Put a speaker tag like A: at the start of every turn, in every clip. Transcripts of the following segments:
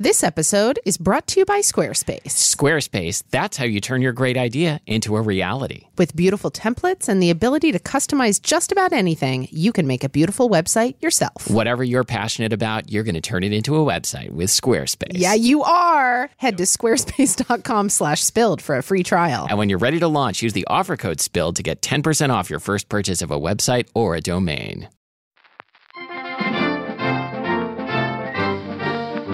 A: This episode is brought to you by Squarespace.
B: Squarespace, that's how you turn your great idea into a reality.
A: With beautiful templates and the ability to customize just about anything, you can make a beautiful website yourself.
B: Whatever you're passionate about, you're going to turn it into a website with Squarespace.
A: Yeah, you are. Head to squarespace.com slash spilled for a free trial.
B: And when you're ready to launch, use the offer code SPILLED to get 10% off your first purchase of a website or a domain.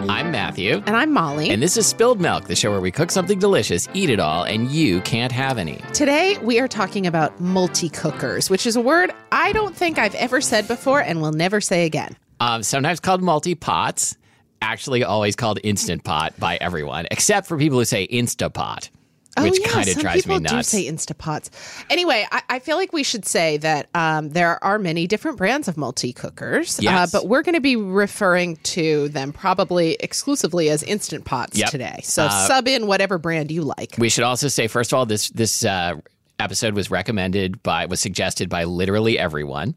B: I'm Matthew.
A: And I'm Molly.
B: And this is Spilled Milk, the show where we cook something delicious, eat it all, and you can't have any.
A: Today, we are talking about multi cookers, which is a word I don't think I've ever said before and will never say again.
B: Um, sometimes called multi pots, actually always called instant pot by everyone, except for people who say Instapot, which kind of
A: Oh, some
B: drives me
A: people
B: nuts.
A: do say Instapots. Anyway, I, I feel like we should say that um, there are many different brands of multi cookers,
B: Yes.
A: but we're going to be referring to them probably exclusively as Instant Pots
B: Yep. Uh,
A: today. So sub in whatever brand you like.
B: We should also say, first of all, this this uh, episode was recommended by was suggested by literally everyone.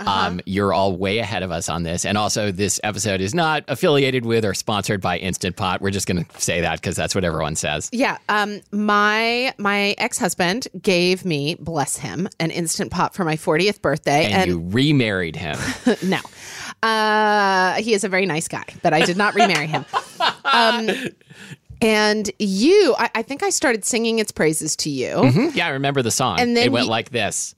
A: Uh-huh.
B: Um, you're all way ahead of us on this, and also this episode is not affiliated with or sponsored by Instant Pot. We're just going to say that because that's what everyone says.
A: Yeah, um, my my ex husband gave me, bless him, an instant pot for my 40th birthday,
B: And, you remarried him.
A: no. Uh, he is a very nice guy, but I did not remarry him. Um, and you, I, I think I started singing its praises to you.
B: Hmm? yeah, I remember the song.
A: And then
B: it went
A: you-
B: like this.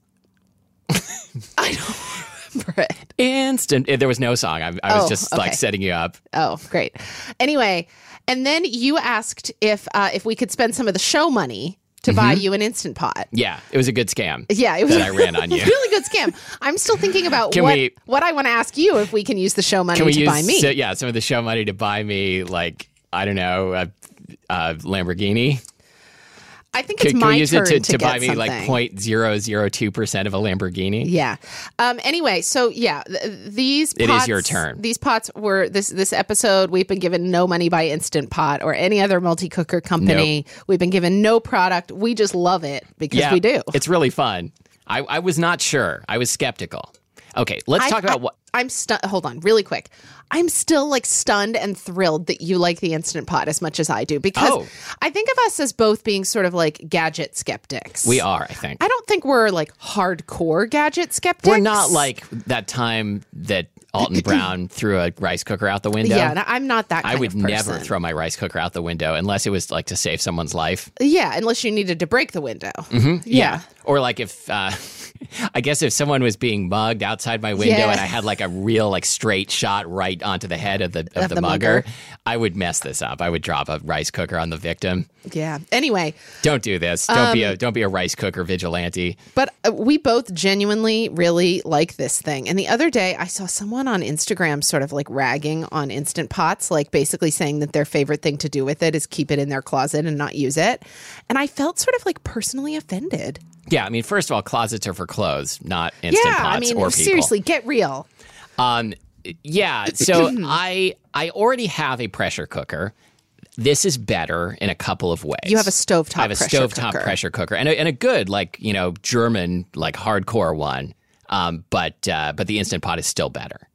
A: I don't remember it.
B: Instant. eh, There was no song. I, I was
A: Oh,
B: just
A: okay.
B: like setting you up.
A: Oh, great. Anyway, and then you asked if uh, if we could spend some of the show money to buy you an instant pot.
B: Yeah, it was a good scam.
A: Yeah, it was
B: That Mm-hmm. I ran on you.
A: really good scam. I'm still thinking about
B: Can
A: what
B: we-
A: what I want to ask you if we can use the show money
B: Can we
A: to
B: use
A: buy me.
B: so- yeah some of the show money to buy me like I don't know a, a Lamborghini?
A: I think
B: Could,
A: it's
B: can
A: my
B: we use
A: turn
B: it to, to,
A: get
B: buy me like
A: something.
B: point zero zero two percent of a Lamborghini?
A: Yeah. Um, anyway, so yeah, th- these
B: It is
A: pots,
B: your turn.
A: These pots were this this episode. We've been given no money by Instant Pot or any other multi cooker company. We've been given no product. We just love it because we do.
B: It's really fun. I, I was not sure. I was skeptical. Okay, let's
A: I-
B: talk about
A: I-
B: what.
A: I'm stunned. Hold on, really quick. I'm still like stunned and thrilled that you like the Instant Pot as much as I do because
B: Oh.
A: I think of us as both being sort of like gadget skeptics.
B: We are, I think.
A: I don't think we're like hardcore gadget skeptics.
B: We're not like that time that Alton Brown threw a rice cooker out the window.
A: yeah. and I'm not that.
B: I
A: kind
B: would
A: of
B: never
A: person.
B: throw my rice cooker out the window unless it was like to save someone's life.
A: Yeah, unless you needed to break the window.
B: Mm-hmm.
A: Yeah.
B: Or like if uh, I guess if someone was being mugged outside my window
A: Yeah.
B: and I had like a real like straight shot right onto the head of the of, the,
A: the
B: mugger,
A: mugger.
B: I would mess this up. I would drop a rice cooker on the victim.
A: Yeah. Anyway,
B: Don't do this. Don't be
A: Um,
B: a don't be a rice cooker vigilante.
A: but uh, we both genuinely really like this thing. And the other day I saw someone on Instagram sort of like ragging on instant pots, like basically saying that their favorite thing to do with it is keep it in their closet and not use it. And I felt sort of like personally offended.
B: Yeah, I mean, first of all, closets are for clothes, not instant
A: yeah,
B: pots
A: I mean,
B: or people.
A: seriously, get real.
B: Um, yeah. So I I already have a pressure cooker. This is better in a couple of ways.
A: You have a stovetop
B: I have a
A: pressure
B: stovetop
A: cooker.
B: pressure cooker and a, and a good like you know German like hardcore one. Um, but uh, but the instant pot is still better.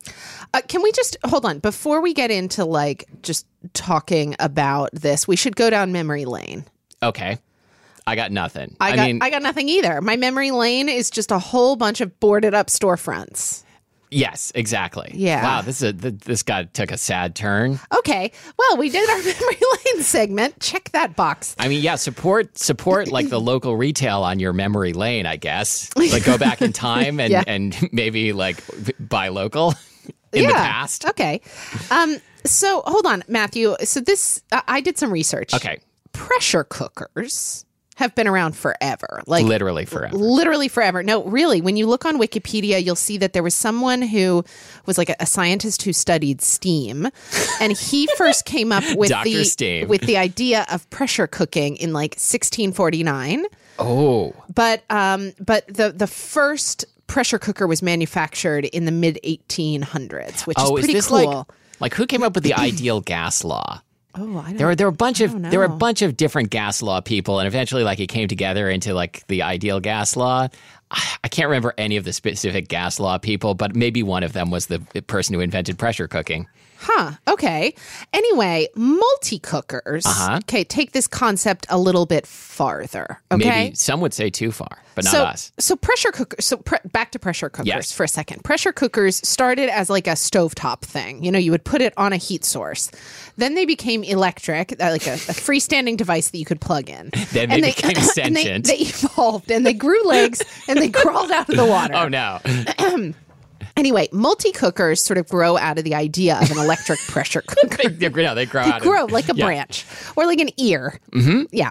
A: Uh, can we just hold on before we get into like just talking about this? We should go down memory lane.
B: Okay. I got nothing.
A: I, got
B: mean,
A: I got nothing either. My memory lane is just a whole bunch of boarded up storefronts.
B: yes, exactly.
A: Yeah.
B: Wow, this is a, th- this guy took a sad turn.
A: Okay, well we did our memory lane segment. Check that box.
B: I mean, yeah, support support like the local retail on your memory lane, I guess. Like go back in time and
A: Yeah.
B: and maybe like buy local in the past.
A: Okay. Um. So hold on, Matthew. So this I I did some research.
B: Okay,
A: Pressure cookers have been around forever. Like
B: literally forever.
A: literally forever. No, really, when you look on Wikipedia, you'll see that there was someone who was like a, a scientist who studied steam, and he first came up with
B: Dr.
A: the
B: Steam.
A: with the idea of pressure cooking in like 1649.
B: Oh,
A: But um, but the the first pressure cooker was manufactured in the mid 1800s, which
B: oh,
A: is
B: is
A: pretty
B: this
A: cool.
B: like like who came up with the ideal gas law?
A: oh, I don't.
B: There were there were a bunch of
A: don't
B: there were a
A: know.
B: bunch of different gas law people, and eventually, like it came together into like the ideal gas law. I I can't remember any of the specific gas law people, but maybe one of them was the person who invented pressure cooking.
A: Huh. Okay. Anyway, multi cookers.
B: Uh-huh.
A: Okay, take this concept a little bit farther. Okay.
B: Maybe some would say too far, but not
A: so,
B: us.
A: So pressure cookers. So pre- back to pressure cookers
B: Yes.
A: for a second. Pressure cookers started as like a stovetop thing. You know, you would put it on a heat source. Then they became electric, uh, like a, a freestanding device that you could plug in.
B: Then they became
A: and they-
B: sentient.
A: they evolved and they grew legs and they crawled out of the water.
B: Oh no!
A: Anyway, multi cookers sort of grow out of the idea of an electric pressure cooker.
B: They, they- no, they grow out.
A: grow
B: of,
A: like a
B: yeah.
A: branch or like an ear. Mm-hmm. Yeah.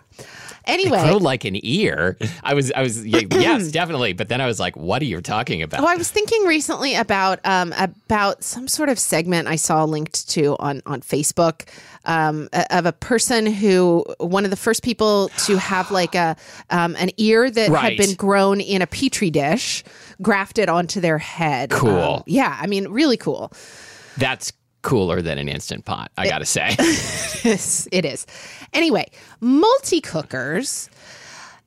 A: Anyway,
B: Grow like an ear. I was, I was, y- yes, definitely. But then I was like, "What are you talking about?"
A: Well, I was thinking recently about um, about some sort of segment I saw linked to on on Facebook um, a- of a person who one of the first people to have like a um, an ear that had
B: Right.
A: been grown in a petri dish grafted onto their head.
B: Cool.
A: Um, yeah, I mean, really cool.
B: That's cooler than an instant pot. I gotta say.
A: Yes, it is. Anyway, multi cookers.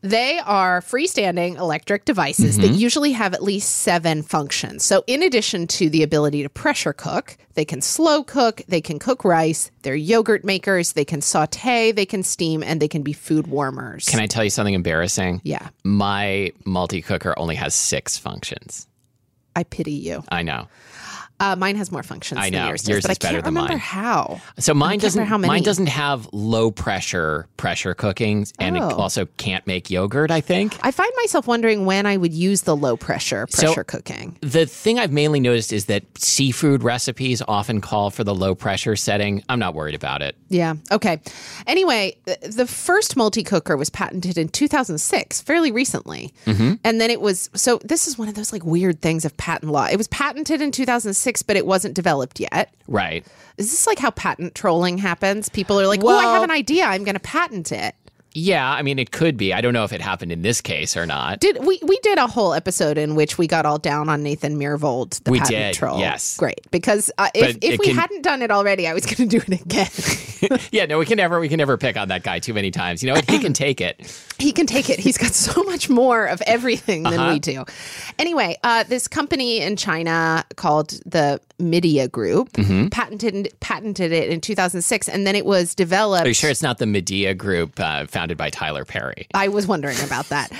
A: They are freestanding electric devices
B: Mm-hmm.
A: that usually have at least seven functions. So, in addition to the ability to pressure cook, they can slow cook, they can cook rice, they're yogurt makers, they can saute, they can steam, and they can be food warmers.
B: Can I tell you something embarrassing?
A: yeah,
B: My multi cooker only has six functions.
A: I pity you.
B: I know.
A: Uh, mine has more functions
B: I
A: than
B: know.
A: yours,
B: Yours
A: does, but I
B: is
A: can't
B: better than
A: remember
B: mine.
A: how.
B: So mine doesn't
A: remember how many.
B: mine doesn't have low pressure pressure cooking and it
A: Oh.
B: also can't make yogurt, I think.
A: I find myself wondering when I would use the low pressure
B: So-
A: pressure cooking.
B: The thing I've mainly noticed is that seafood recipes often call for the low pressure setting. I'm not worried about it.
A: Yeah. Okay. Anyway, th- the first multi cooker was patented in 2006, fairly recently.
B: Mm-hmm.
A: And then it was so this is one of those like weird things of patent law. It was patented in 2006, but it wasn't developed yet.
B: Right.
A: Is this like how patent trolling happens? People are like, "Oh, I have
B: Well-
A: an idea. I'm going to patent it."
B: Yeah, I mean it could be. I don't know if it happened in this case or not.
A: Did we we did a whole episode in which we got all down on Nathan Mirvold, the
B: We
A: patent
B: did,
A: troll?
B: yes.
A: Great. Because uh, if
B: But
A: if
B: it
A: we
B: can-
A: hadn't done it already, I was going to do it again.
B: yeah, no, we can never we can never pick on that guy too many times. You know what? He can take it.
A: he can take it. He's got so much more of everything than
B: Uh-huh.
A: we do. Anyway, uh, this company in China called the Media Group
B: Mm-hmm.
A: patented patented it in 2006, and then it was developed.
B: Are you sure it's not the Medea group uh, founded by Tyler Perry?
A: I was wondering about that.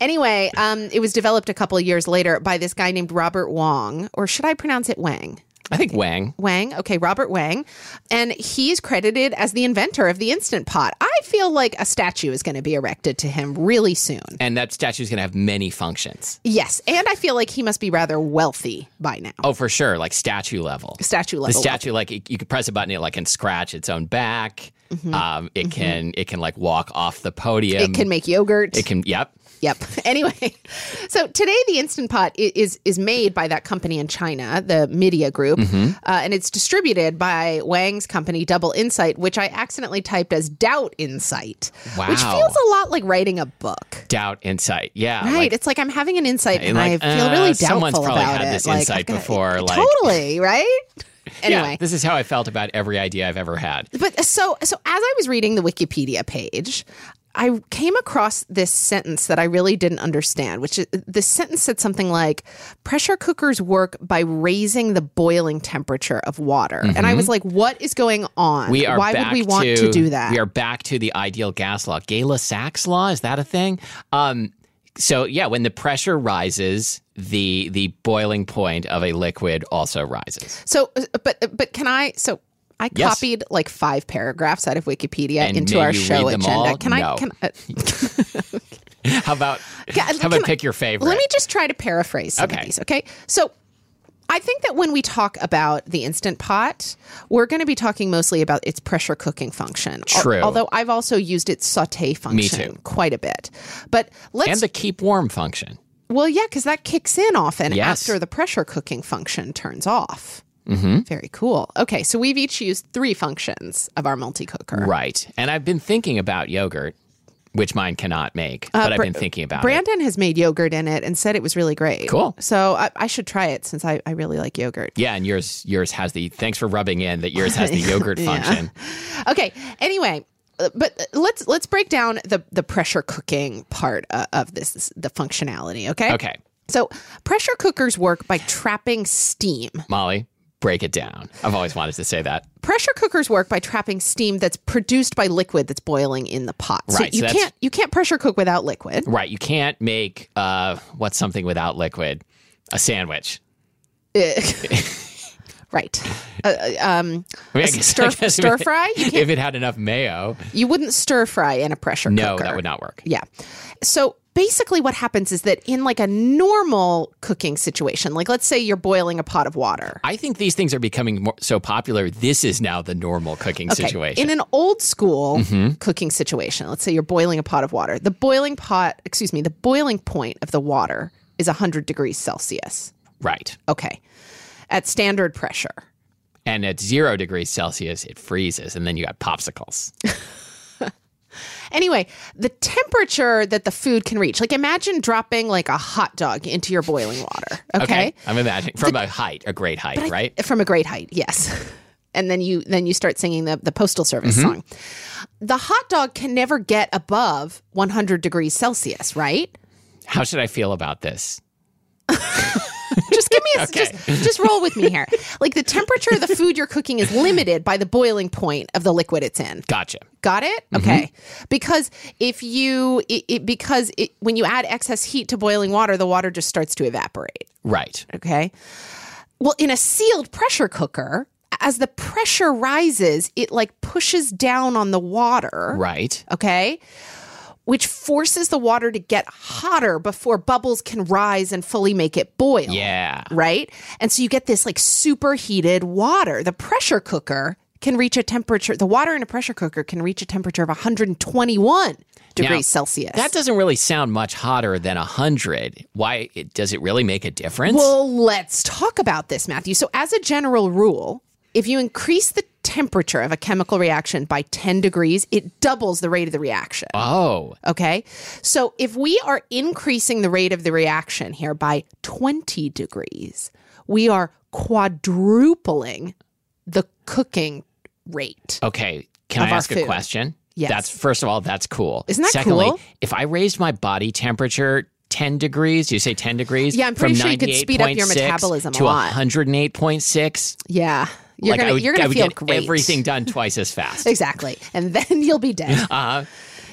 A: Anyway, um, it was developed a couple of years later by this guy named Robert Wong, or should I pronounce it Wang?
B: I think Wang.
A: Wang, okay, Robert Wang, and he's credited as the inventor of the Instant Pot. I feel like a statue is going to be erected to him really soon.
B: And that statue is going to have many functions.
A: Yes, and I feel like he must be rather wealthy by now.
B: Oh, for sure, like statue level.
A: Statue
B: The
A: level.
B: statue, like it- you could press a button, it like can scratch its own back. Um, it can it can like walk off the podium.
A: Mm-hmm. it can make yogurt.
B: um, It can. Yep.
A: yep. Anyway, so today the Instant Pot i- is is made by that company in China, the Media Group,
B: Mm-hmm.
A: uh, and it's distributed by Wang's company Double Insight, which I accidentally typed as Doubt Insight, which
B: Wow.
A: feels a lot like writing a book.
B: Doubt, insight. Yeah.
A: Right,
B: like-
A: it's like I'm having an insight, and
B: Like,
A: I feel
B: uh,
A: really doubtful
B: someone's probably
A: about
B: had
A: it.
B: this
A: Like,
B: insight
A: I've got-
B: before, like-
A: totally, right?
B: yeah,
A: Anyway,
B: this is
A: uh,
B: how I felt about every idea I've ever had.
A: But so so as I was reading the Wikipedia page, I came across this sentence that I really didn't understand, which is the sentence said something like pressure cookers work by raising the boiling temperature of water. And I was like, what is going on?
B: Mm-hmm. We are
A: Why would
B: back
A: we want to, do that?
B: We are back to the ideal gas law. Gala Sachs law, is that a thing? Um, so yeah, when the pressure rises, the the boiling point of a liquid also rises.
A: So, uh, but but can I? So I
B: Yes.
A: copied like five paragraphs out of Wikipedia
B: And
A: into
B: may
A: our
B: you
A: show
B: read them
A: agenda.
B: all?
A: Can
B: No.
A: I? Can uh, I,
B: How about how about
A: can I-
B: pick your favorite?
A: let me just try to paraphrase some
B: Okay.
A: of these. Okay, so. I think that when we talk about the instant pot, we're going to be talking mostly about its pressure cooking function. Al-
B: True.
A: although I've also used its saute function
B: too.
A: quite a bit. But let's
B: and the keep warm function.
A: well, yeah, because that kicks in often
B: Yes.
A: after the pressure cooking function turns off. Mm-hmm. Very cool. Okay, so we've each used three functions of our multi cooker.
B: Right. And I've been thinking about yogurt, which mine cannot make, but I've
A: Br-
B: been thinking about it.
A: Brandon has made yogurt in it and said it was really great.
B: Cool.
A: So I, I should try it since I, I really like yogurt.
B: Yeah, and yours yours has the thanks for rubbing in that yours has the yogurt function.
A: Okay. Anyway, uh, but let's let's break down the the pressure cooking part uh, of this, this the functionality. Okay.
B: Okay.
A: So pressure cookers work by trapping steam.
B: Molly, break it down. I've always wanted to say that.
A: pressure cookers work by trapping steam that's produced by liquid that's boiling in the pot.
B: Right, so
A: So you
B: that's-
A: can't you can't pressure cook without liquid.
B: Right. You can't make uh what's something without liquid? A sandwich.
A: right.
B: I mean, I guess- I
A: Stir
B: guess if
A: stir
B: it-
A: fry? You, can't,
B: If it had enough mayo,
A: you wouldn't stir fry in a pressure
B: no,
A: cooker.
B: that would not work.
A: Yeah. So basically what happens is that in like a normal cooking situation, like let's say you're boiling a pot of water.
B: I think these things are becoming more, so popular. This is now the normal cooking
A: Okay,
B: situation.
A: In an old school cooking situation, let's say you're boiling a pot of water. The boiling pot, excuse me, the boiling point of the water is 100 degrees Celsius.
B: right.
A: Okay. At standard pressure.
B: And at zero degrees Celsius, it freezes, and then you got popsicles.
A: Anyway, the temperature that the food can reach. Like imagine dropping like a hot dog into your boiling water, okay?
B: I'm imagining from a height, a great height, right?
A: From a great height, yes. And then you then you start singing the, the postal service song. The hot dog can never get above 100 degrees Celsius, right?
B: How should I feel about this?
A: Just give me a, just just roll with me here. Like the temperature of the food you're cooking is limited by the boiling point of the liquid it's in.
B: Gotcha.
A: Got it? Okay. Because if you it, it, because it, when you add excess heat to boiling water, the water just starts to evaporate,
B: Right.
A: okay? Well, in a sealed pressure cooker, as the pressure rises, it like pushes down on the water,
B: Right.
A: okay? Which forces the water to get hotter before bubbles can rise and fully make it boil
B: Yeah.
A: right? And so you get this like superheated water. The pressure cooker can reach a temperature, the water in a pressure cooker can reach a temperature of 121 degrees Celsius.
B: That doesn't really sound much hotter than 100. Why it, does it really make a difference?
A: well, let's talk about this, Matthew. So, as a general rule, if you increase the temperature of a chemical reaction by 10 degrees, it doubles the rate of the reaction.
B: oh,
A: Okay. So if we are increasing the rate of the reaction here by 20 degrees, we are quadrupling the cooking rate.
B: okay. Can I
A: our
B: ask a
A: food.
B: question?
A: Yes.
B: That's first of all, that's cool.
A: Isn't that
B: Secondly,
A: cool?
B: if I raised my body temperature 10 degrees, you say 10 degrees?
A: Yeah, I'm pretty
B: from
A: sure you could speed up your
B: 98.6
A: metabolism a
B: to
A: lot.
B: 108.6.
A: Yeah. You're
B: like
A: gonna
B: I would,
A: you're gonna
B: I would
A: feel
B: get
A: great.
B: everything done twice as fast.
A: Exactly. And then you'll be dead.
B: Uh,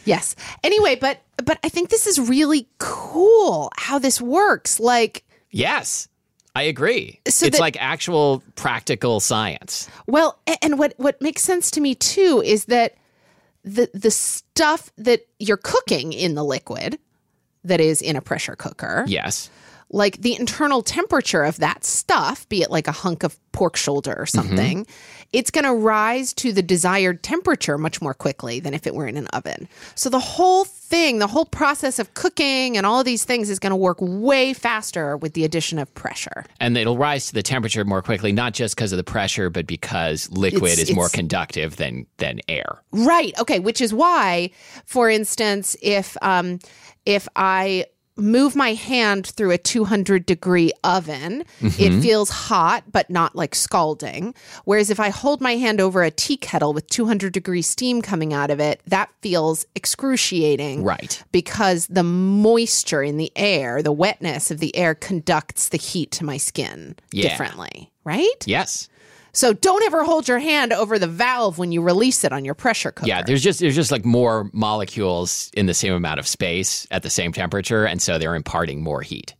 A: Yes. Anyway, but but I think this is really cool how this works. Like
B: yes, I agree.
A: So
B: it's
A: that-
B: like actual practical science.
A: Well, a- and what what makes sense to me too is that the the stuff that you're cooking in the liquid that is in a pressure cooker,
B: Yes.
A: like the internal temperature of that stuff, be it like a hunk of pork shoulder or something, it's going to rise to the desired temperature much more quickly than if it were in an oven. So the whole thing, the whole process of cooking and all of these things is going to work way faster with the addition of pressure.
B: and it'll rise to the temperature more quickly, not just because of the pressure, but because liquid
A: It's-
B: is more
A: it's-
B: conductive than than air.
A: Right. Okay. Which is why, for instance, if um, if I move my hand through a 200 degree oven,
B: Mm-hmm.
A: it feels hot but not like scalding. Whereas if I hold my hand over a tea kettle with 200 degree steam coming out of it, that feels excruciating.
B: Right.
A: Because the moisture in the air, the wetness of the air conducts the heat to my skin
B: Yeah.
A: differently, right?
B: Yes.
A: So don't ever hold your hand over the valve when you release it on your pressure cooker.
B: Yeah, there's just there's just like more molecules in the same amount of space at the same temperature, and so they're imparting more heat.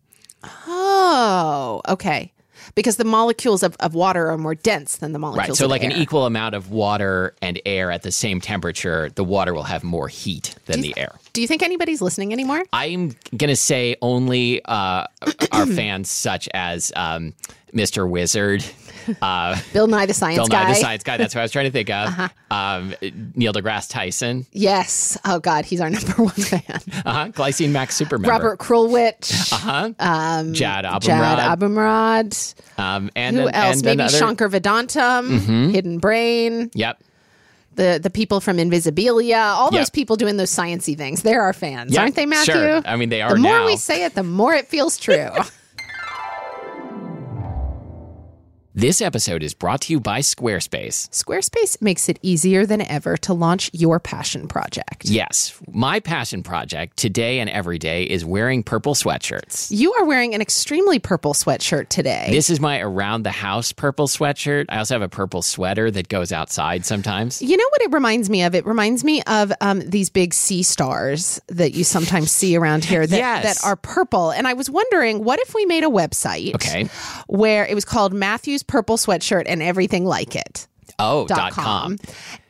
A: Oh, okay. Because the molecules of, of water are more dense than the molecules
B: Right. So
A: of
B: like an e-
A: air.
B: equal amount of water and air at the same temperature, the water will have more heat than the air.
A: Do you think anybody's listening anymore?
B: I'm gonna say only uh, our fans such as um, Mr. Wizard, uh,
A: Bill Nye the Science
B: Bill
A: Guy. Uh-huh.
B: Nye the Science Guy. That's what I was trying to think of. Um, Neil deGrasse Tyson,
A: Yes. Oh God, he's our number one fan.
B: uh-huh. Glycine Max Supermember,
A: Robert Krulwich,
B: uh-huh. Jad Abumrad,
A: Jad Abumrad.
B: um, and
A: Who
B: and-
A: else?
B: and
A: Maybe
B: another- Mm-hmm.
A: Shankar Vedantam, Hidden Brain,
B: Yep.
A: the the people from Invisibilia. All
B: Yep.
A: those people doing those sciency things. They're our fans,
B: Yeah,
A: aren't they, Matthew?
B: Sure. I mean, they are
A: the more
B: now.
A: we say it, the more it feels true.
B: This episode is brought to you by Squarespace.
A: Squarespace makes it easier than ever to launch your passion project.
B: Yes, my passion project today and every day is wearing purple sweatshirts.
A: You are wearing an extremely purple sweatshirt today.
B: This is my around the house purple sweatshirt. I also have a purple sweater that goes outside sometimes.
A: you know what it reminds me of? It reminds me of um, these big sea stars that you sometimes see around here that,
B: Yes.
A: that are purple. And I was wondering, what if we made a website
B: Okay.
A: where it was called Matthew's Purple Sweatshirt and Everything Like It?
B: Oh, dot
A: com.
B: com.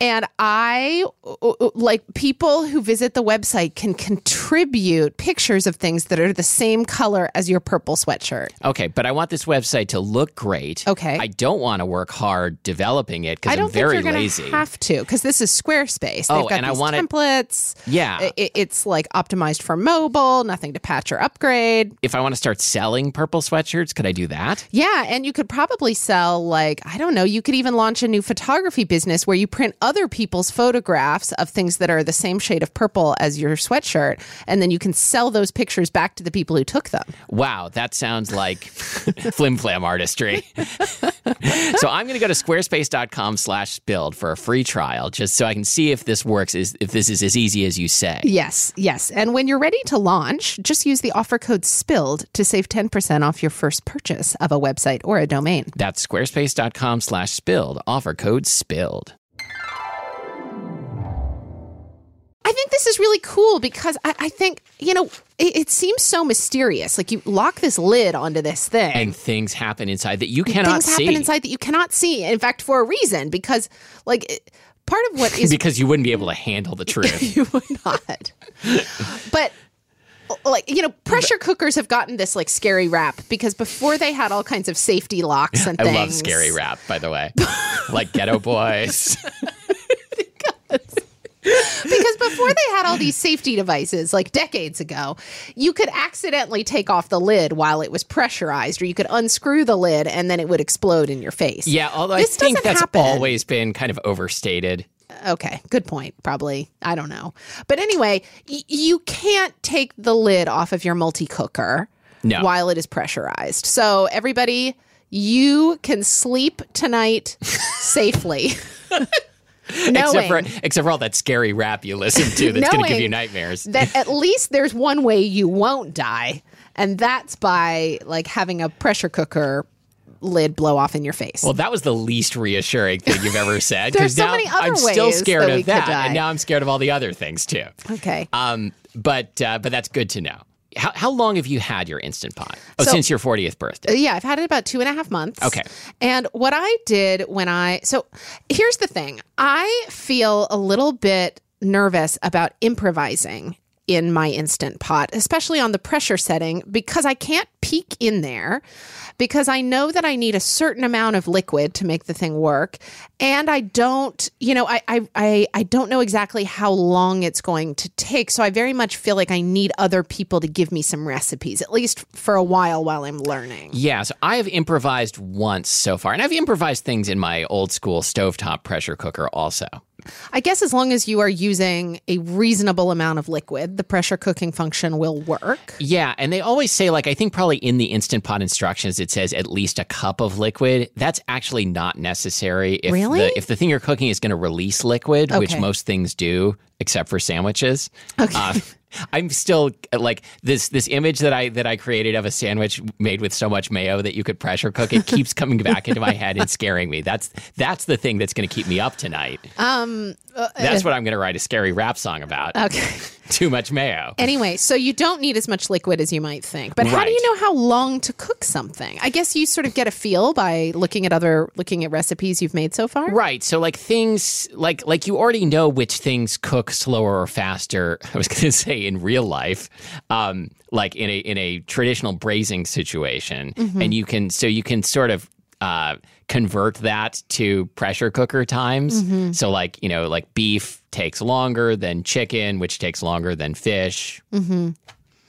A: And I uh, like people who visit the website can contribute pictures of things that are the same color as your purple sweatshirt.
B: Okay, but I want this website to look great.
A: Okay.
B: I don't want to work hard developing it
A: I
B: because I'm
A: don't think
B: very
A: you're going
B: lazy.
A: to have to because this is Squarespace.
B: Oh,
A: They've got
B: and I
A: these
B: wanna-
A: templates.
B: yeah.
A: I- i- it's like optimized for mobile, nothing to patch or upgrade.
B: if I want to start selling purple sweatshirts, could I do that?
A: Yeah, and you could probably sell like I don't know. You could even launch a new photography business where you print other people's photographs of things that are the same shade of purple as your sweatshirt, and then you can sell those pictures back to the people who took them.
B: Wow, that sounds like flim flam artistry. so I'm going to go to squarespace.com slash build for a free trial just so I can see if this works, is if this is as easy as you say.
A: Yes, yes. And when you're ready to launch, just use the offer code SPILLED to save 10% off your first purchase of a website or a domain.
B: That's squarespace.com slash spilled. Offer code spilled.
A: I think this is really cool because I, I think, you know, it, it seems so mysterious. Like you lock this lid onto this thing.
B: And things happen inside that you cannot
A: things
B: see.
A: happen inside that you cannot see. In fact, for a reason, because like it- part of what is
B: Because you wouldn't be able to handle the truth.
A: you would not. but like you know, pressure cookers have gotten this like scary rap because before they had all kinds of safety locks and
B: I
A: things.
B: love scary rap, by the way. like Ghetto Boys.
A: because before they had all these safety devices like decades ago you could accidentally take off the lid while it was pressurized or you could unscrew the lid and then it would explode in your face
B: Yeah, although
A: This
B: I think
A: doesn't
B: that's
A: happen.
B: always been kind of overstated.
A: okay good point probably i don't know but anyway y- you can't take the lid off of your multi-cooker
B: No.
A: while it is pressurized so everybody you can sleep tonight safely
B: Except
A: knowing
B: for, except for all that scary rap you listen to that's going to give
A: Knowing
B: you nightmares.
A: that at least there's one way you won't die and that's by like having a pressure cooker lid blow off in your face
B: Well, that was the least reassuring thing you've ever said.
A: There's
B: 'cause
A: so
B: now
A: many other
B: I'm still
A: ways
B: scared
A: that we
B: of
A: could
B: that,
A: die.
B: and now I'm scared of all the other things too.
A: okay
B: Um, but uh, but that's good to know. How, how long have you had your instant pot? Oh,
A: So-
B: since your 40th birthday.
A: Uh, Yeah, I've had it about two and a half months.
B: Okay.
A: And what I did when I, so here's the thing I feel a little bit nervous about improvising in my instant pot, especially on the pressure setting, because I can't peek in there because I know that I need a certain amount of liquid to make the thing work. And I don't, you know, I, I, I, I don't know exactly how long it's going to take. So I very much feel like I need other people to give me some recipes, at least for a while while I'm learning.
B: Yeah, so I have improvised once so far, and I've improvised things in my old school stovetop pressure cooker also.
A: I guess as long as you are using a reasonable amount of liquid, the pressure cooking function will work.
B: Yeah, and they always say like I think probably in the instant pot instructions it says at least a cup of liquid. That's actually not necessary if
A: Really?
B: the if the thing you're cooking is going to release liquid, which
A: Okay.
B: most things do except for sandwiches.
A: Okay.
B: Um, I'm still like this this image that I that I created of a sandwich made with so much mayo that you could pressure cook it keeps coming back into my head and scaring me. That's that's the thing that's going to keep me up tonight.
A: Um, uh,
B: that's what I'm going to write a scary rap song about.
A: Okay.
B: Too much mayo.
A: Anyway, so you don't need as much liquid as you might think. But how do you
B: Right.
A: know how long to cook something? I guess you sort of get a feel by looking at other looking at recipes you've made so far.
B: Right. So like things like like you already know which things cook slower or faster. I was going to say in real life, um, like in a in a traditional braising situation,
A: Mm-hmm.
B: and you can so you can sort of. Uh, convert that to pressure cooker times.
A: Mm-hmm.
B: So, like, you know, like beef takes longer than chicken, which takes longer than fish, mm-hmm.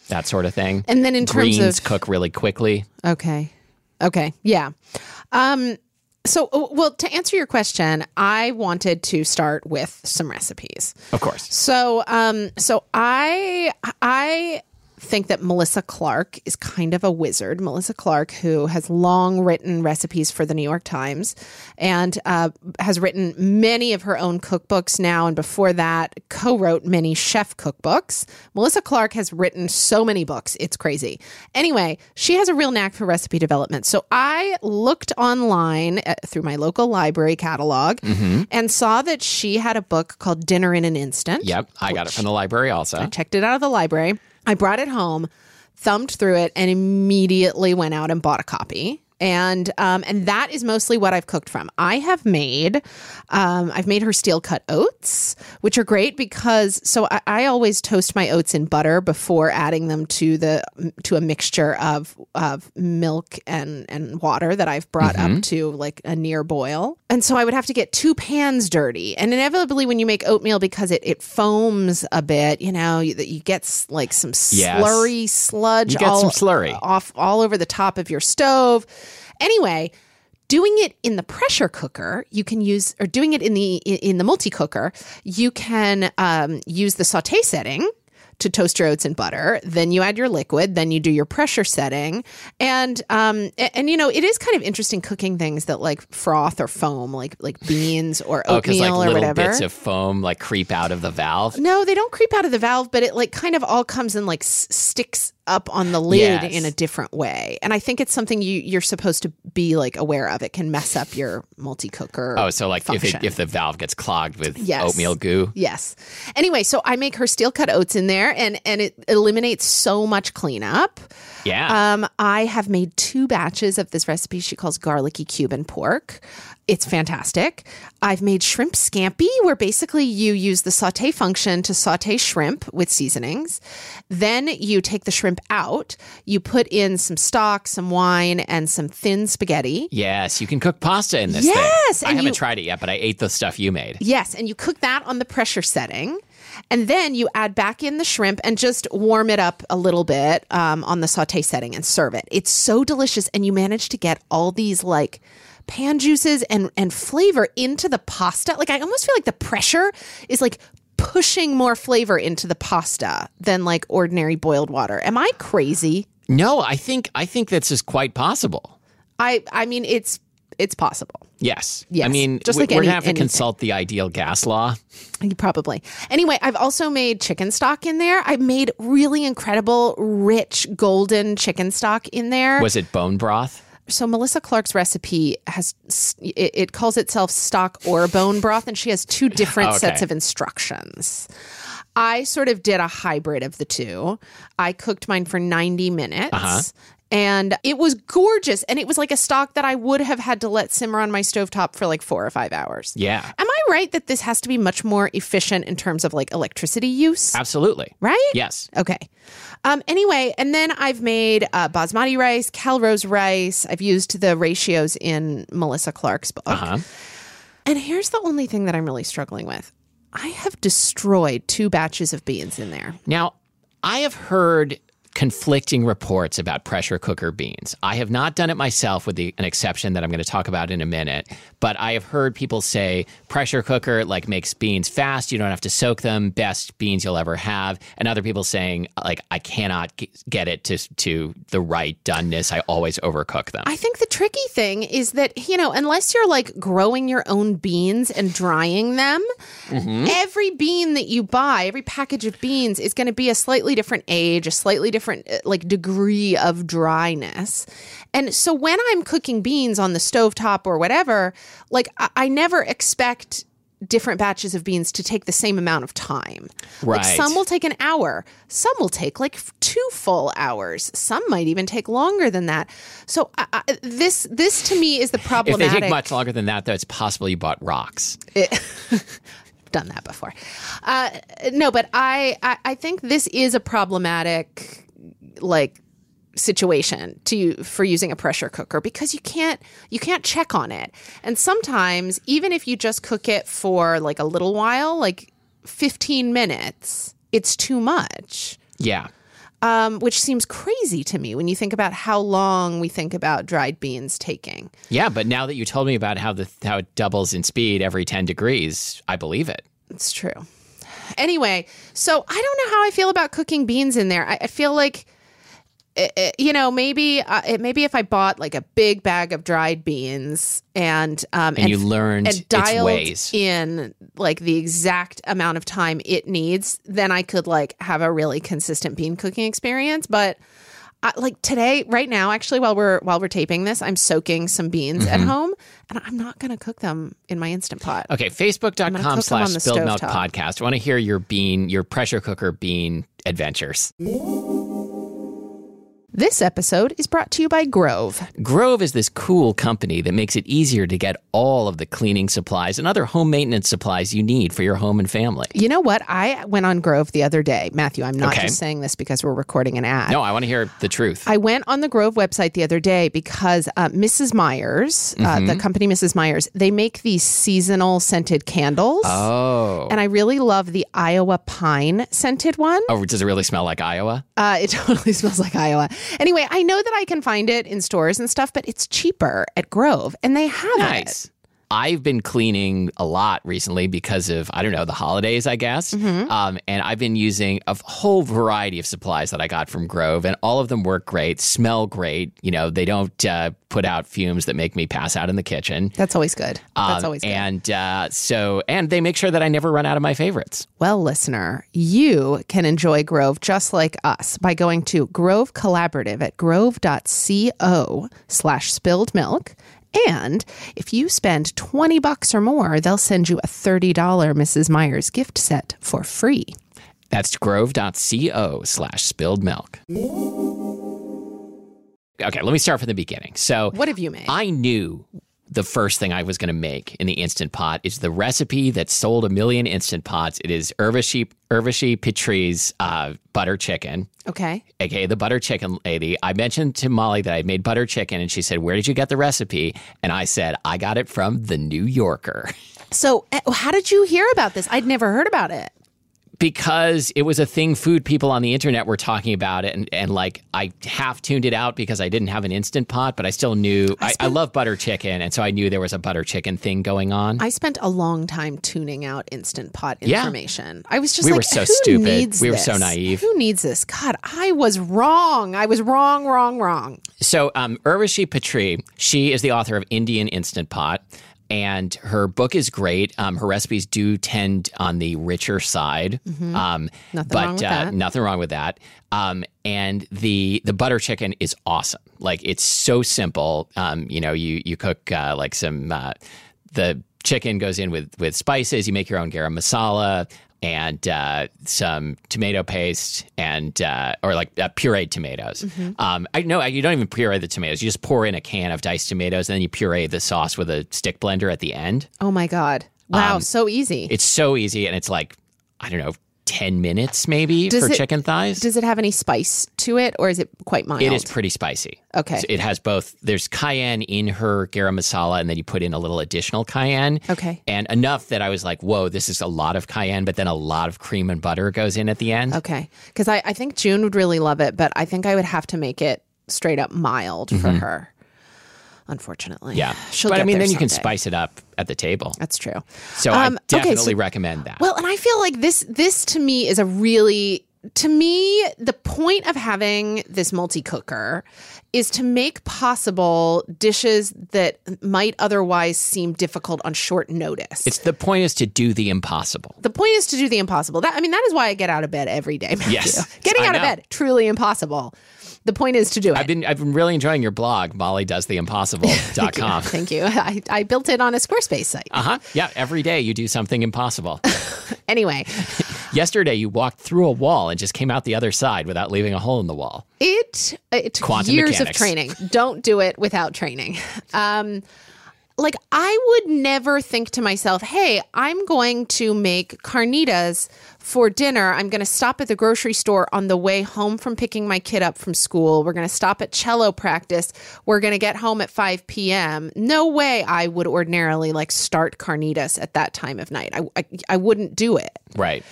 B: that sort of thing.
A: And then in terms
B: Greens
A: of
B: cook really quickly.
A: Okay. Okay. Yeah. Um so oh, well to answer your question, I wanted to start with some recipes.
B: Of course.
A: So um so I I think that Melissa Clark is kind of a wizard. Melissa Clark who has long written recipes for the New York Times and uh, has written many of her own cookbooks now and before that co-wrote many chef cookbooks. Melissa Clark has written so many books. It's crazy. Anyway, she has a real knack for recipe development. So I looked online uh, through my local library catalog and saw that she had a book called Dinner in an Instant
B: Yep. I got it from the library also.
A: checked it out of the library. I brought it home, thumbed through it, and immediately went out and bought a copy. And um, and that is mostly what I've cooked from. I have made, um, I've made her steel cut oats, which are great because so I, I always toast my oats in butter before adding them to the to a mixture of of milk and and water that I've brought up to like a near boil. And so I would have to get two pans dirty. And inevitably, when you make oatmeal, because it it foams a bit, you know, you, that you get s- like some
B: Yes.
A: slurry sludge.
B: You get
A: all,
B: some slurry.
A: off all over the top of your stove. Anyway. Doing it in the pressure cooker, you can use, or doing it in the in the multi cooker, you can um, use the saute setting, to toast your oats in butter. Then you add your liquid. Then you do your pressure setting, and um, a- and you know it is kind of interesting cooking things that like froth or foam, like like beans or
B: Oh, because
A: oatmeal
B: like
A: or
B: little
A: whatever.
B: bits of foam like creep out of the valve.
A: no, they don't creep out of the valve, but it like kind of all comes and like s- sticks up on the lid
B: Yes.
A: in a different way. And I think it's something you you're supposed to be like aware of. It can mess up your multi cooker.
B: Oh, so like if,
A: function.
B: it, if the valve gets clogged with
A: Yes.
B: oatmeal goo.
A: Yes. Anyway, so I make her steel cut oats in there, and and it eliminates so much cleanup.
B: Yeah.
A: Um, I have made two batches of this recipe she calls garlicky Cuban pork. It's fantastic. I've made shrimp scampi, where basically you use the saute function to saute shrimp with seasonings. Then you take the shrimp out, you put in some stock, some wine, and some thin spaghetti.
B: yes, you can cook pasta in this
A: Yes,
B: thing. I
A: and
B: haven't
A: you-
B: tried it yet, but I ate the stuff you made.
A: Yes, and you cook that on the pressure setting. And then you add back in the shrimp and just warm it up a little bit um, on the saute setting and serve it. It's so delicious. And you manage to get all these like pan juices and, and flavor into the pasta. Like, I almost feel like the pressure is like pushing more flavor into the pasta than like ordinary boiled water. Am I crazy?
B: No, I think I think this is quite possible.
A: I, I mean, it's, it's possible.
B: Yes. I
A: Yes,
B: mean,
A: just
B: we,
A: like
B: we're
A: any-
B: gonna have to
A: anything.
B: consult the ideal gas law.
A: You Probably. Anyway, I've also made chicken stock in there. I made really incredible, rich, golden chicken stock in there.
B: Was it bone broth?
A: So Melissa Clark's recipe has it, it calls itself stock or bone broth, and she has two different
B: Okay.
A: sets of instructions. I sort of did a hybrid of the two. I cooked mine for 90 minutes. And it was gorgeous. And it was like a stock that I would have had to let simmer on my stovetop for like four or five hours.
B: Yeah.
A: Am I right that this has to be much more efficient in terms of like electricity use?
B: Absolutely.
A: Right?
B: Yes.
A: Okay. Um, anyway, and then I've made uh, basmati rice, Calrose rice. I've used the ratios in Melissa Clark's book.
B: Uh-huh.
A: And here's the only thing that I'm really struggling with I have destroyed two batches of beans in there.
B: Now, I have heard conflicting reports about pressure cooker beans. I have not done it myself, with the, an exception that I'm going to talk about in a minute, but I have heard people say pressure cooker like makes beans fast. You don't have to soak them. Best beans you'll ever have. And other people saying like I cannot g- get it to to the right doneness. I always overcook them.
A: I think the tricky thing is that, you know, unless you're like growing your own beans and drying them, every bean that you buy, every package of beans is going to be a slightly different age, a slightly different uh, like degree of dryness. And so when I'm cooking beans on the stovetop or whatever, like I, I never expect different batches of beans to take the same amount of time. Like
B: Right.
A: some will take an hour, some will take like f- two full hours, some might even take longer than that. So I, I, this this to me is the
B: if they
A: problematic.
B: take much longer than that, though, it's possible you bought rocks.
A: done that before. Uh, no, but I, I I think this is a problematic like situation to for using a pressure cooker because you can't you can't check on it. And sometimes even if you just cook it for like a little while, like 15 minutes, it's too much.
B: Yeah.
A: Um, which seems crazy to me when you think about how long we think about dried beans taking.
B: Yeah, but now that you told me about how the how it doubles in speed every 10 degrees, I believe it.
A: It's true. Anyway, so I don't know how I feel about cooking beans in there. I, I feel like, eh, eh, you know, maybe uh, it, maybe if I bought like a big bag of dried beans and um,
B: And, you learned
A: and
B: its
A: dialed e-,
B: ways.
A: in like the exact amount of time it needs, then I could like have a really consistent bean cooking experience. But I, like today, right now, actually, while we're while we're taping this, I'm soaking some beans at
B: Mm-hmm.
A: home, and I'm not gonna cook them in my instant pot. gonna
B: Okay,
A: cook
B: facebook.com
A: 'em
B: slash
A: on the
B: spilled milk
A: stovetop.
B: podcast. I want to hear your bean, your pressure cooker bean adventures.
A: This episode is brought to you by Grove.
B: Grove is this cool company that makes it easier to get all of the cleaning supplies and other home maintenance supplies you need for your home and family.
A: You know what? I went on Grove the other day. Matthew, I'm not
B: Okay.
A: just saying this because we're recording an ad.
B: No, I want to hear the truth.
A: I went on the Grove website the other day because uh, Mrs. Myers, uh,
B: Mm-hmm.
A: the company Mrs. Myers, they make these seasonal scented candles.
B: oh.
A: And I really love the Iowa pine scented one.
B: Oh, does it really smell like Iowa?
A: Uh, it totally smells like Iowa. Anyway, I know that I can find it in stores and stuff, but it's cheaper at Grove, and they have it.
B: Nice. I've been cleaning a lot recently because of, I don't know, the holidays, I guess.
A: Mm-hmm.
B: Um, and I've been using a whole variety of supplies that I got from Grove, and all of them work great, smell great. You know, they don't uh, put out fumes that make me pass out in the kitchen.
A: That's always good. That's
B: Um,
A: always good.
B: And uh, so, and they make sure that I never run out of my favorites.
A: Well, listener, you can enjoy Grove just like us by going to Grove Collaborative at grove.co slash spilled milk. And if you spend 20 bucks or more, they'll send you a $30 Mrs. Myers gift set for free.
B: That's grove.co slash spilled milk. Okay, let me start from the beginning. So,
A: What have you made?
B: I knew the first thing I was going to make in the Instant Pot is the recipe that sold a million Instant Pots. It is Irvashi, Irvashi Petrie's uh, butter chicken,
A: okay.
B: aka the butter chicken lady. I mentioned to Molly that I made butter chicken, and she said, Where did you get the recipe? And I said, I got it from The New Yorker.
A: So, eh, how did you hear about this? I'd never heard about it.
B: because it was a thing food people on the internet were talking about it and, and like i half tuned it out because i didn't have an instant pot but i still knew I, I love butter chicken and so i knew there was a butter chicken thing going on
A: I spent a long time tuning out instant pot
B: Yeah.
A: information. I was just
B: We
A: like,
B: were so
A: "Who
B: stupid.
A: needs
B: We were
A: this?
B: so naive."
A: Who needs this? God, I was wrong. I was wrong, wrong, wrong.
B: So, um, Urvashi Patri, she is the author of Indian Instant Pot, and her book is great. Um, her recipes do tend on the richer side, um,
A: Mm-hmm. Nothing
B: but
A: wrong with
B: uh,
A: that.
B: nothing wrong with that. Um, and the the butter chicken is awesome. Like it's so simple. Um, you know, you you cook uh, like some uh, the chicken goes in with with spices. You make your own garam masala. And uh, some tomato paste, and uh, or like uh, pureed tomatoes.
A: Mm-hmm.
B: Um, I no, you don't even puree the tomatoes. You just pour in a can of diced tomatoes, and then you puree the sauce with a stick blender at the end. Um,
A: Oh my God. Wow, so easy.
B: It's so easy, and it's like I don't know, 10 minutes maybe
A: Does
B: for
A: it-
B: chicken thighs.
A: Does it have any spice to it, or is it quite mild?
B: It is pretty spicy.
A: Okay.
B: So It has both. There's cayenne in her garam masala, and then you put in a little additional cayenne.
A: Okay.
B: And enough that I was like, whoa, this is a lot of cayenne, but then a lot of cream and butter goes in at the end.
A: Okay. Because I, I think June would really love it, but I think I would have to make it straight up mild for her, unfortunately.
B: Mm-hmm. Yeah.
A: She'll
B: but
A: get
B: I mean,
A: there
B: then you can
A: someday.
B: spice it up at the table.
A: That's true.
B: So
A: Um,
B: I
A: okay, so-
B: definitely recommend that.
A: Well, and I feel like this this to me is a really to me the point of having this multi cooker is to make possible dishes that might otherwise seem difficult on short notice.
B: it's the point is to do the impossible.
A: the point is to do the impossible. That I mean, that is why I get out of bed every day. Matthew.
B: Yes.
A: getting
B: I
A: out of
B: know.
A: bed truly impossible. The point is to do it.
B: I've been I've been really enjoying your blog, mollydoestheimpossible.com.
A: Thank you. I, I built it on a Squarespace site.
B: uh-huh. Yeah, every day you do something impossible.
A: Anyway,
B: Yesterday you walked through a wall and just came out the other side without leaving a hole in the wall.
A: it it took
B: Quantum
A: years of
B: mechanics.
A: training. Don't do it without training. Um, like I would never think to myself, "Hey, I'm going to make carnitas for dinner. I'm going to stop at the grocery store on the way home from picking my kid up from school. We're going to stop at cello practice. We're going to get home at 5 p.m." No way I would ordinarily like start carnitas at that time of night. I I, I wouldn't do it.
B: Right.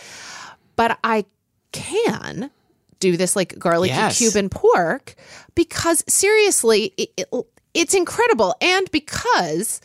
A: but I can do this like garlicky
B: Yes.
A: Cuban pork because seriously, it, it- it's incredible, and because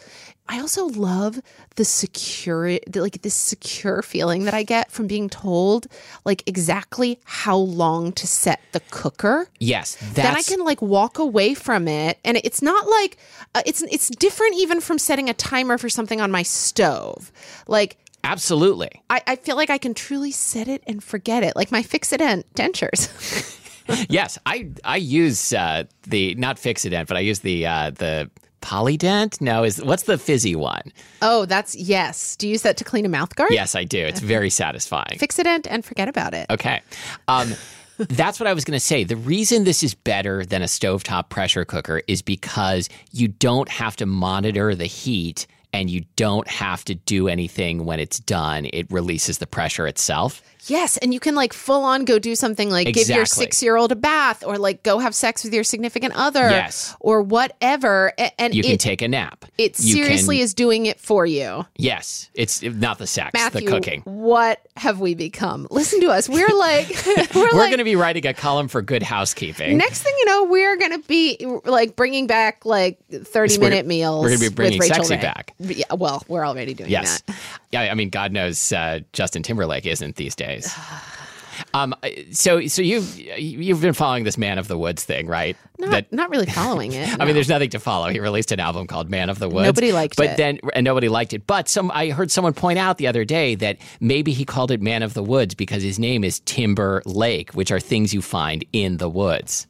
A: I also love the secure, the, like this secure feeling that I get from being told like exactly how long to set the cooker.
B: Yes. That's
A: Then I can like walk away from it, and it's not like uh, it's it's different even from setting a timer for something on my stove, like.
B: absolutely.
A: I, I feel like I can truly set it and forget it, like my fix it dent- dentures.
B: Yes, I I use uh, the not Fixident, but I use the uh, the Polydent. No, is what's the fizzy one?
A: oh, that's yes. Do you use that to clean a mouth guard?
B: Yes, I do. It's very satisfying.
A: Fix it dent and forget about it.
B: Okay. Um, that's what I was going to say. The reason this is better than a stovetop pressure cooker is because you don't have to monitor the heat and you don't have to do anything when it's done. It releases the pressure itself.
A: Yes, and you can like full on go do something like give your
B: Exactly.
A: six year old a bath, or like go have sex with your significant other,
B: Yes.
A: or whatever. A- And
B: You can
A: it,
B: take a nap.
A: it
B: You can-
A: seriously is doing it for you.
B: Yes. It's not the sex,
A: Matthew,
B: the cooking.
A: What have we become? Listen to us. We're like we're,
B: We're
A: like
B: going to be writing a column for good housekeeping.
A: Next thing you know, we're gonna be like bringing back like thirty
B: We're-
A: minute meals.
B: we're gonna be bringing
A: with Rachel
B: sexy
A: Ray.
B: back.
A: Yeah, well, we're already doing
B: Yes.
A: that.
B: Yeah, I mean, God knows uh, Justin Timberlake isn't these days. Um, so, so you've you've been following this Man of the Woods thing, right?
A: Not,
B: That-
A: not really following it.
B: I
A: no.
B: mean, there's nothing to follow. He released an album called Man of the Woods.
A: Nobody liked
B: but
A: it.
B: then and nobody liked it. But some I heard someone point out the other day that maybe he called it Man of the Woods because his name is Timber Lake, which are things you find in the woods.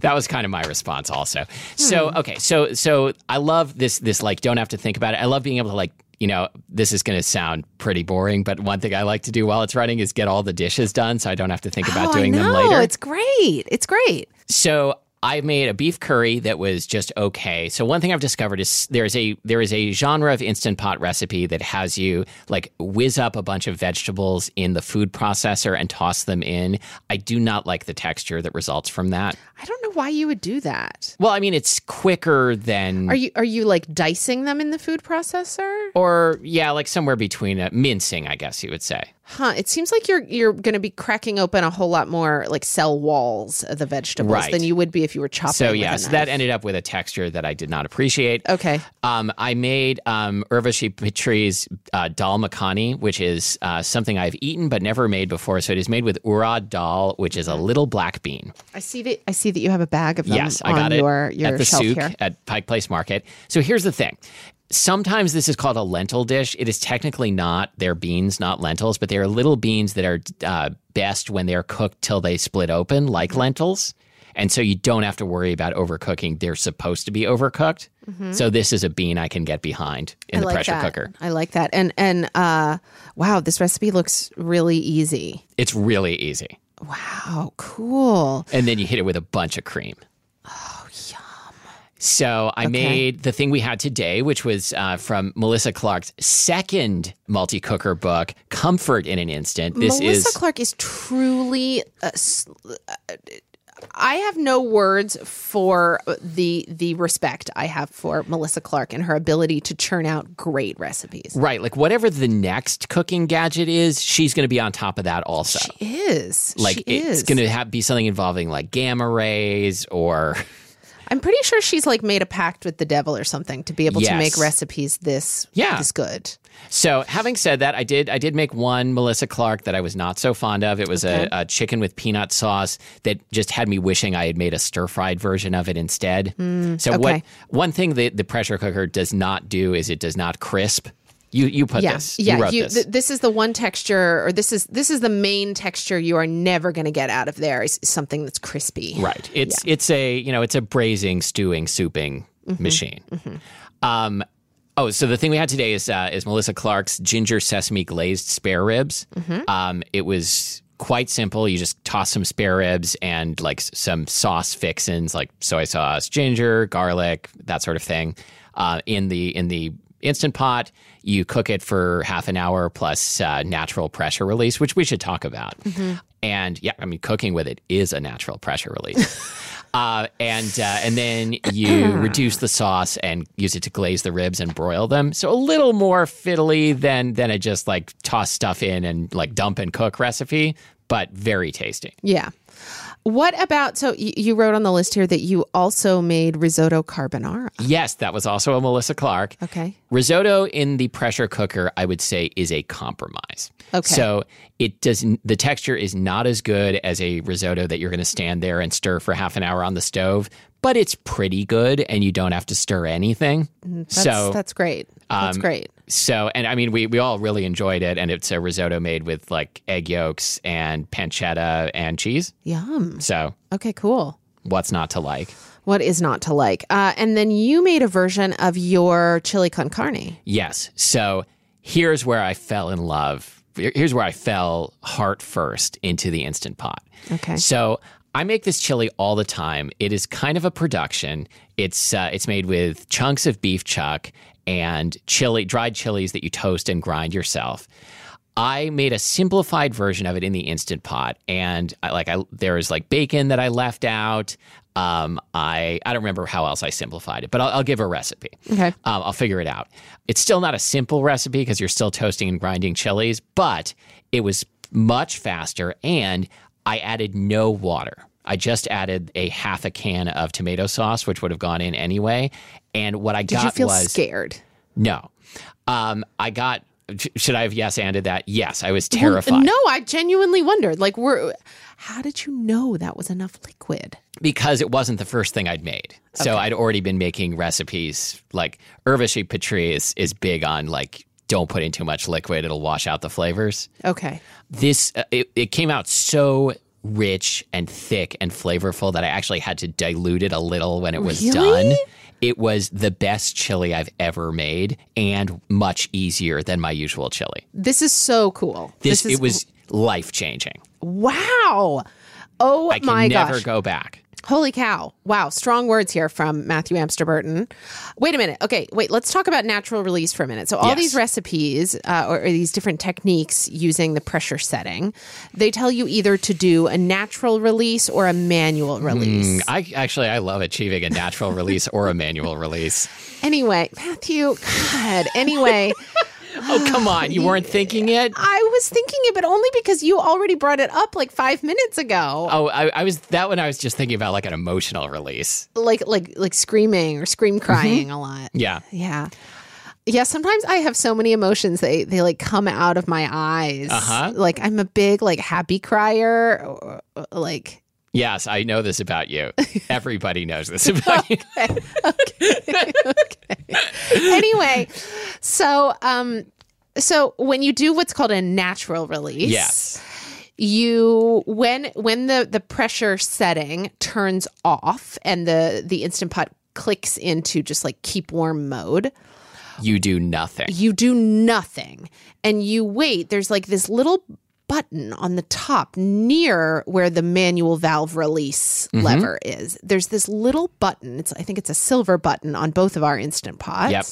B: That was kind of my response also. So
A: Hmm.
B: okay, so so I love this this like don't have to think about it. I love being able to like you know, this is going to sound pretty boring, but one thing I like to do while it's running is get all the dishes done so I don't have to think about
A: oh,
B: doing
A: I know.
B: them later.
A: It's great. It's great.
B: So I made a beef curry that was just okay. So one thing I've discovered is there is a there is a genre of instant pot recipe that has you like whiz up a bunch of vegetables in the food processor and toss them in. I do not like the texture that results from that.
A: I don't know why you would do that.
B: Well, I mean it's quicker than
A: Are you are you like dicing them in the food processor?
B: or yeah, like somewhere between uh mincing, I guess you would say.
A: Huh? It seems like you're you're going to be cracking open a whole lot more like cell walls of the vegetables
B: Right.
A: than you would be if you were chopping.
B: So
A: with
B: yeah,
A: a
B: so
A: knife.
B: that ended up with a texture that I did not appreciate.
A: okay.
B: Um, I made um, Urvashi Patri's uh, dal makhani, which is uh, something I've eaten but never made before. So it is made with urad dal, which is a little black bean.
A: I see that I see that you have a bag of them
B: Yes, I
A: on
B: got
A: your
B: it
A: your
B: at the
A: shelf
B: souk
A: here.
B: at Pike Place Market. So here's the thing. Sometimes this is called a lentil dish. It is technically not. They're beans, not lentils, but they are little beans that are uh, best when they're cooked till they split open,
A: Mm-hmm.
B: like lentils. And so you don't have to worry about overcooking. They're supposed to be overcooked. So this is a bean I can get behind in
A: Mm-hmm. I
B: the
A: like
B: pressure
A: that.
B: cooker.
A: I like that. And and uh wow, this recipe looks really easy.
B: It's really easy.
A: Wow, cool.
B: And then you hit it with a bunch of cream. Oh, yum. So I
A: Okay.
B: made the thing we had today, which was uh, from Melissa Clark's second multi cooker book, Comfort in an Instant. This
A: Melissa
B: is
A: Clark is truly. uh, s- uh, I have no words for the the respect I have for Melissa Clark and her ability to churn out great recipes.
B: right. Like whatever the next cooking gadget is, she's going to be on top of that also.
A: She is
B: like
A: she
B: it's
A: is.
B: going to have, be something involving like gamma rays or
A: I'm pretty sure she's like made a pact with the devil or something to be able to
B: Yes.
A: make recipes this
B: Yeah.
A: this good.
B: So, having said that, I did I did make one Melissa Clark that I was not so fond of. It was a, a chicken with peanut sauce that just had me wishing I had made a stir fried version of it instead. so, what
A: Mm, okay.
B: one thing that the pressure cooker does not do is it does not crisp. You you put
A: Yeah,
B: this.
A: yeah.
B: you wrote
A: you-
B: this.
A: th- this is the one texture, or this is this is the main texture you are never going to get out of there is something that's crispy.
B: Right. It's it's a you know it's a braising, stewing, souping
A: Mm-hmm.
B: machine. Um, oh, so the thing we had today is uh, is Melissa Clark's ginger sesame glazed spare ribs. Um, it was quite simple. You just toss some spare ribs and like s- some sauce fixins like soy sauce, ginger, garlic, that sort of thing, uh, in the in the instant pot. You cook it for half an hour plus uh, natural pressure release, which we should talk about. And yeah, I mean, cooking with it is a natural pressure release. uh, and uh, and then you reduce the sauce and use it to glaze the ribs and broil them. So a little more fiddly than than a just like toss stuff in and like dump and cook recipe, but very tasty.
A: Yeah. What about so y- you wrote on the list here that you also made risotto carbonara?
B: Yes, that was also a Melissa Clark.
A: Okay.
B: Risotto in the pressure cooker, I would say, is a compromise.
A: Okay.
B: So it does the texture is not as good as a risotto that you're going to stand there and stir for half an hour on the stove, but it's pretty good, and you don't have to stir anything.
A: Mm, That's,
B: so
A: that's great. That's great.
B: so and I mean we we all really enjoyed it, and it's a risotto made with like egg yolks and pancetta and cheese.
A: Yum.
B: So
A: Okay, cool.
B: what's not to like?
A: What is not to like? Uh, and then you made a version of your chili con carne.
B: Yes. So here's where I fell in love. Here- Here's where I fell heart first into the Instant Pot.
A: Okay.
B: So I make this chili all the time. It is kind of a production. It's uh, it's made with chunks of beef chuck and chili, dried chilies that you toast and grind yourself. I made a simplified version of it in the instant pot, and I, like I, there was like bacon that I left out. Um, I I don't remember how else I simplified it, but I'll, I'll give a recipe.
A: Okay.
B: Um, I'll figure it out. It's still not a simple recipe because you're still toasting and grinding chilies, but it was much faster and I added no water. I just added a half a can of tomato sauce, which would have gone in anyway. And what I
A: Did
B: got
A: you feel
B: was
A: scared?
B: no. Um, I got. sh- Should I have yes anded that? Yes, I was terrified.
A: No, I genuinely wondered. Like, we're, how did you know that was enough liquid?
B: because it wasn't the first thing I'd made. So I'd already been making recipes like Irvishy Patry is, is big on like don't put in too much liquid; it'll wash out the flavors.
A: Okay.
B: This uh, it, it came out so rich and thick and flavorful that I actually had to dilute it a little when it was done. It was the best chili I've ever made, and much easier than my usual chili.
A: This is so cool.
B: This,
A: is
B: it was life changing.
A: wow. Oh
B: I can
A: my
B: never
A: gosh.
B: go back.
A: Holy cow. Wow. Strong words here from Matthew Amster Burton. Wait a minute. Okay. Wait, let's talk about natural release for a minute. So, all
B: Yes.
A: these recipes uh, or, or these different techniques using the pressure setting, they tell you either to do a natural release or a manual
B: Hmm.
A: release.
B: Mm, I actually I love achieving a natural release or a manual release.
A: Anyway, Matthew, God. Anyway.
B: Oh come on, you weren't thinking it.
A: I was thinking it, but only because you already brought it up like five minutes ago,
B: Oh, I, I was that one. I was just thinking about like an emotional release.
A: like like like screaming or scream crying a lot.
B: Mm-hmm. Yeah,
A: Yeah. Yeah, sometimes I have so many emotions they they like come out of my eyes.
B: Uh-huh.
A: Like I'm a big like happy crier or, or, like
B: yes, I know this about you. Everybody knows this about you.
A: anyway. So, um so when you do what's called a natural release,
B: Yes,
A: you when when the the pressure setting turns off and the the instant pot clicks into just like keep warm mode,
B: you do nothing.
A: you do nothing and you wait there's like this little button on the top near where the manual valve release
B: Mm-hmm.
A: lever is. There's this little button. It's I think it's a silver button on both of our instant pots.
B: Yep.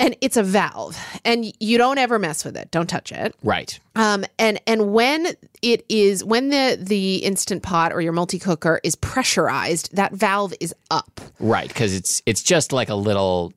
A: And it's a valve. And you don't ever mess with it. Don't touch it.
B: Right.
A: Um, and and when it is when the the instant pot or your multi cooker is pressurized, that valve is up.
B: Right. Because it's it's just like a little.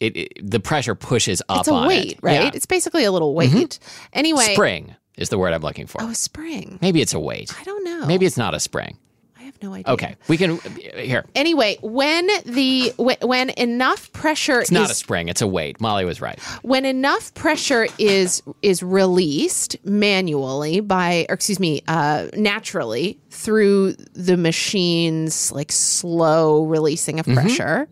B: It, it- the pressure pushes up.
A: It's a
B: on
A: weight,
B: it.
A: right?
B: Yeah. Mm-hmm.
A: It's basically a little weight. Anyway,
B: spring is the word I'm looking for.
A: oh, spring.
B: Maybe it's a weight.
A: I don't know.
B: Maybe it's not a spring.
A: I have no idea.
B: Okay, we can here.
A: Anyway, when the when, when enough pressure
B: It's not a
A: is
B: spring. It's a weight. Molly was right.
A: when enough pressure is is released manually by or excuse me uh, naturally through the machine's like slow releasing
B: Mm-hmm.
A: of pressure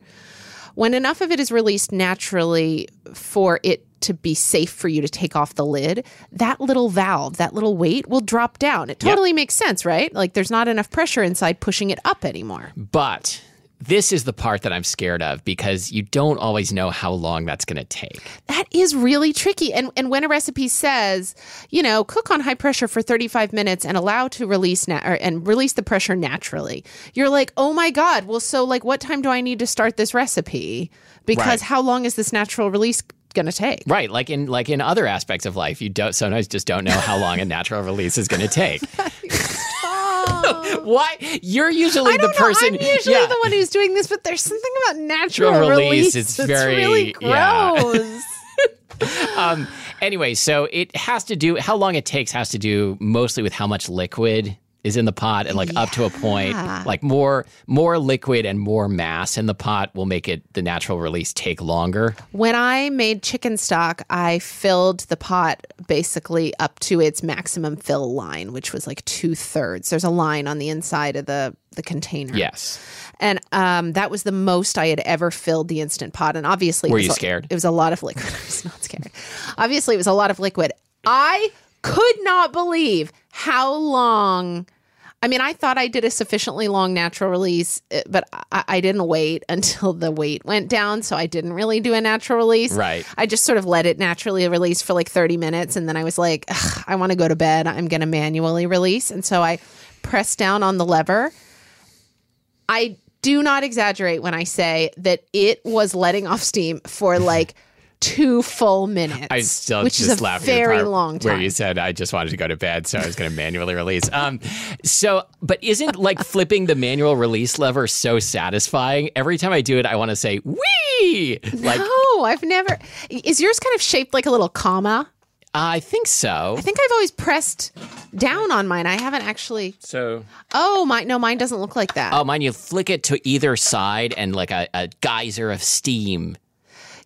A: when enough of it is released naturally for it to be safe for you to take off the lid that little valve that little weight will drop down it totally makes sense right like there's not enough pressure inside pushing it up anymore
B: But this is the part that I'm scared of because you don't always know how long that's going to take.
A: that is really tricky. And and when a recipe says, you know, cook on high pressure for 35 minutes and allow to release na- or, and release the pressure naturally, you're like, oh my god. Well, so like, what time do I need to start this recipe? Because
B: Right.
A: how long is this natural release going to take?
B: Right, like in like in other aspects of life, you don't sometimes just don't know how long a natural release is going to take. Why you're usually the
A: I don't know.
B: person?
A: I'm usually
B: yeah.
A: the one who's doing this, but there's something about natural
B: Natural
A: release,
B: release, it's
A: that's
B: very-
A: really
B: yeah.
A: gross.
B: Um, anyway, so it has to do how long it takes has to do mostly with how much liquid is in the pot and like up to a point like more more liquid and more mass in the pot will make it the natural release take longer
A: When I made chicken stock, I filled the pot basically up to its maximum fill line, which was like two thirds. There's a line on the inside of the the container.
B: yes
A: and um, that was the most I had ever filled the instant pot. And obviously, it
B: Were
A: was
B: you
A: a-
B: scared?
A: It was a lot of liquid. I was not scared. Obviously, it was a lot of liquid. I could not believe how long. I mean, I thought I did a sufficiently long natural release, eh, but I, I didn't wait until the weight went down. So I didn't really do a natural release.
B: Right.
A: I just sort of let it naturally release for like 30 minutes. And then I was like, "Ugh, I want to go to bed. I'm going to manually release. And so I pressed down on the lever. I do not exaggerate when I say that it was letting off steam for like two full minutes.
B: I still
A: which
B: just
A: is a
B: laugh at
A: very
B: the part
A: long time.
B: where you said I just wanted to go to bed, so I was going to manually release. Um, so, but isn't like flipping the manual release lever so satisfying? Every time I do it, I want to say "wee." Like
A: oh, I've never. Is yours kind of shaped like a little comma?
B: I think so.
A: I think I've always pressed down on mine. I haven't actually.
B: so,
A: Oh, my no, mine doesn't look like that.
B: oh, mind you, flick it to either side, and like a, a geyser of steam.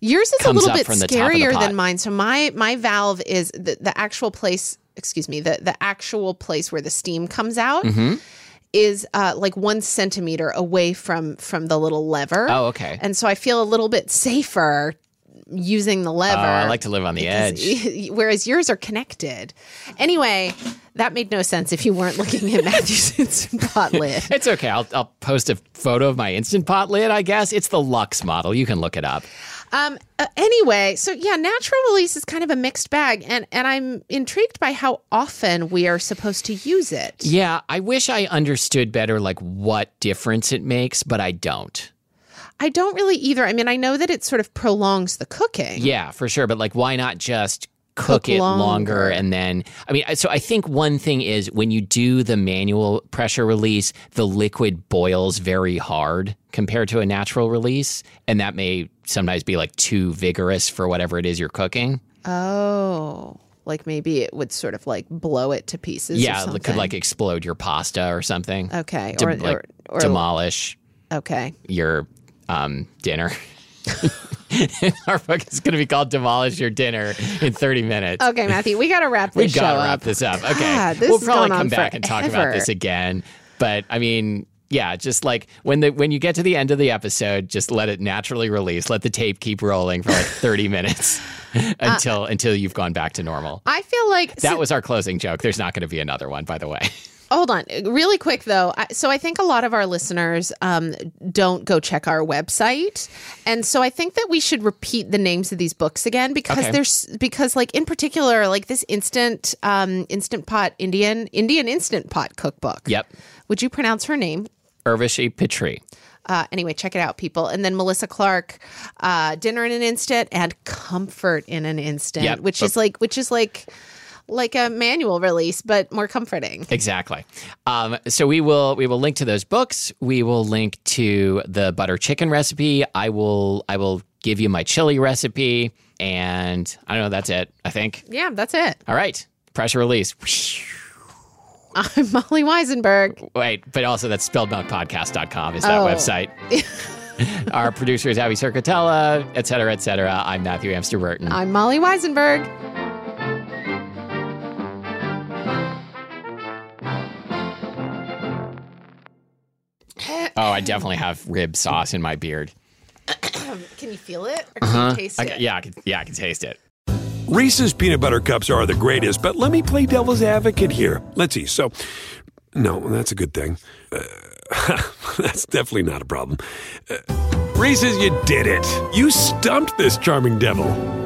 A: Yours is a
B: comes
A: little
B: up
A: bit
B: from the top of the
A: scarier
B: pot.
A: than mine. So my my valve is the, the actual place. Excuse me. The the actual place where the steam comes out
B: Mm-hmm.
A: is uh, like one centimeter away from from the little lever.
B: Oh, okay.
A: And so I feel a little bit safer using the lever.
B: Oh, I like to live on the edge.
A: Whereas yours are connected. Anyway, that made no sense if you weren't looking at Matthew's instant pot lid.
B: It's okay. I'll, I'll post a photo of my instant pot lid. I guess it's the Lux model. You can look it up.
A: Um, uh, anyway, so yeah, natural release is kind of a mixed bag, and and I'm intrigued by how often we are supposed to use it.
B: Yeah, I wish I understood better like what difference it makes, but I don't.
A: I don't really either. I mean, I know that it sort of prolongs the cooking.
B: Yeah, for sure, but like why not just cook,
A: Cook
B: it longer.
A: longer.
B: and then I mean I- so I think one thing is when you do the manual pressure release, the liquid boils very hard compared to a natural release, and that may sometimes be like too vigorous for whatever it is you're cooking.
A: Oh, like maybe it would sort of like blow it to pieces. or
B: yeah, it
A: something.
B: could like explode your pasta or something.
A: okay,
B: Dem-
A: or,
B: like,
A: or, or
B: demolish
A: okay.
B: your um, dinner. Our book is going to be called "Demolish Your Dinner" in 30 minutes.
A: Okay, Matthew, we got to wrap
B: we
A: this show
B: gotta wrap
A: up.
B: this up. Okay,
A: God, this
B: we'll
A: has
B: probably
A: gone on
B: come back and talk about
A: forever.
B: this again. But I mean, yeah, just like when the when you get to the end of the episode, just let it naturally release. Let the tape keep rolling for like 30 minutes
A: Uh,
B: until until you've gone back to normal.
A: I feel like
B: That was our closing joke. There's not going to be another one, by the way.
A: hold on uh, really quick though I- so i think a lot of our listeners um, don't go check our website and so i think that we should repeat the names of these books again because
B: Okay.
A: there's because like in particular like this instant um, instant pot indian indian instant pot cookbook
B: Yep.
A: would you pronounce her name
B: Irvishi Petrie.
A: uh, anyway, check it out, people. And then Melissa Clark, uh, Dinner in an Instant and Comfort in an Instant,
B: Yep.
A: which is like which is like like a manual release, but more comforting.
B: Exactly. Um, so we will we will link to those books. We will link to the butter chicken recipe. I will I will give you my chili recipe, and I don't know. That's it. I think.
A: Yeah, that's it.
B: All right. Pressure release.
A: I'm Molly Weisenberg.
B: Wait, but also that's spelledmilkpodcast.com is that
A: Oh.
B: website. Our producer is Abby Circatella, et cetera, et cetera. I'm Matthew Amster Burton.
A: I'm Molly Weisenberg.
B: oh, I definitely have rib sauce in my beard.
A: Um, Can you feel it? Or can you taste
B: I,
A: it?
B: yeah, I can, yeah, I can taste it.
C: Reese's peanut butter cups are the greatest, but let me play devil's advocate here. Let's see. So, no, that's a good thing. Uh, that's definitely not a problem. Uh, Reese's, you did it. You stumped this charming devil.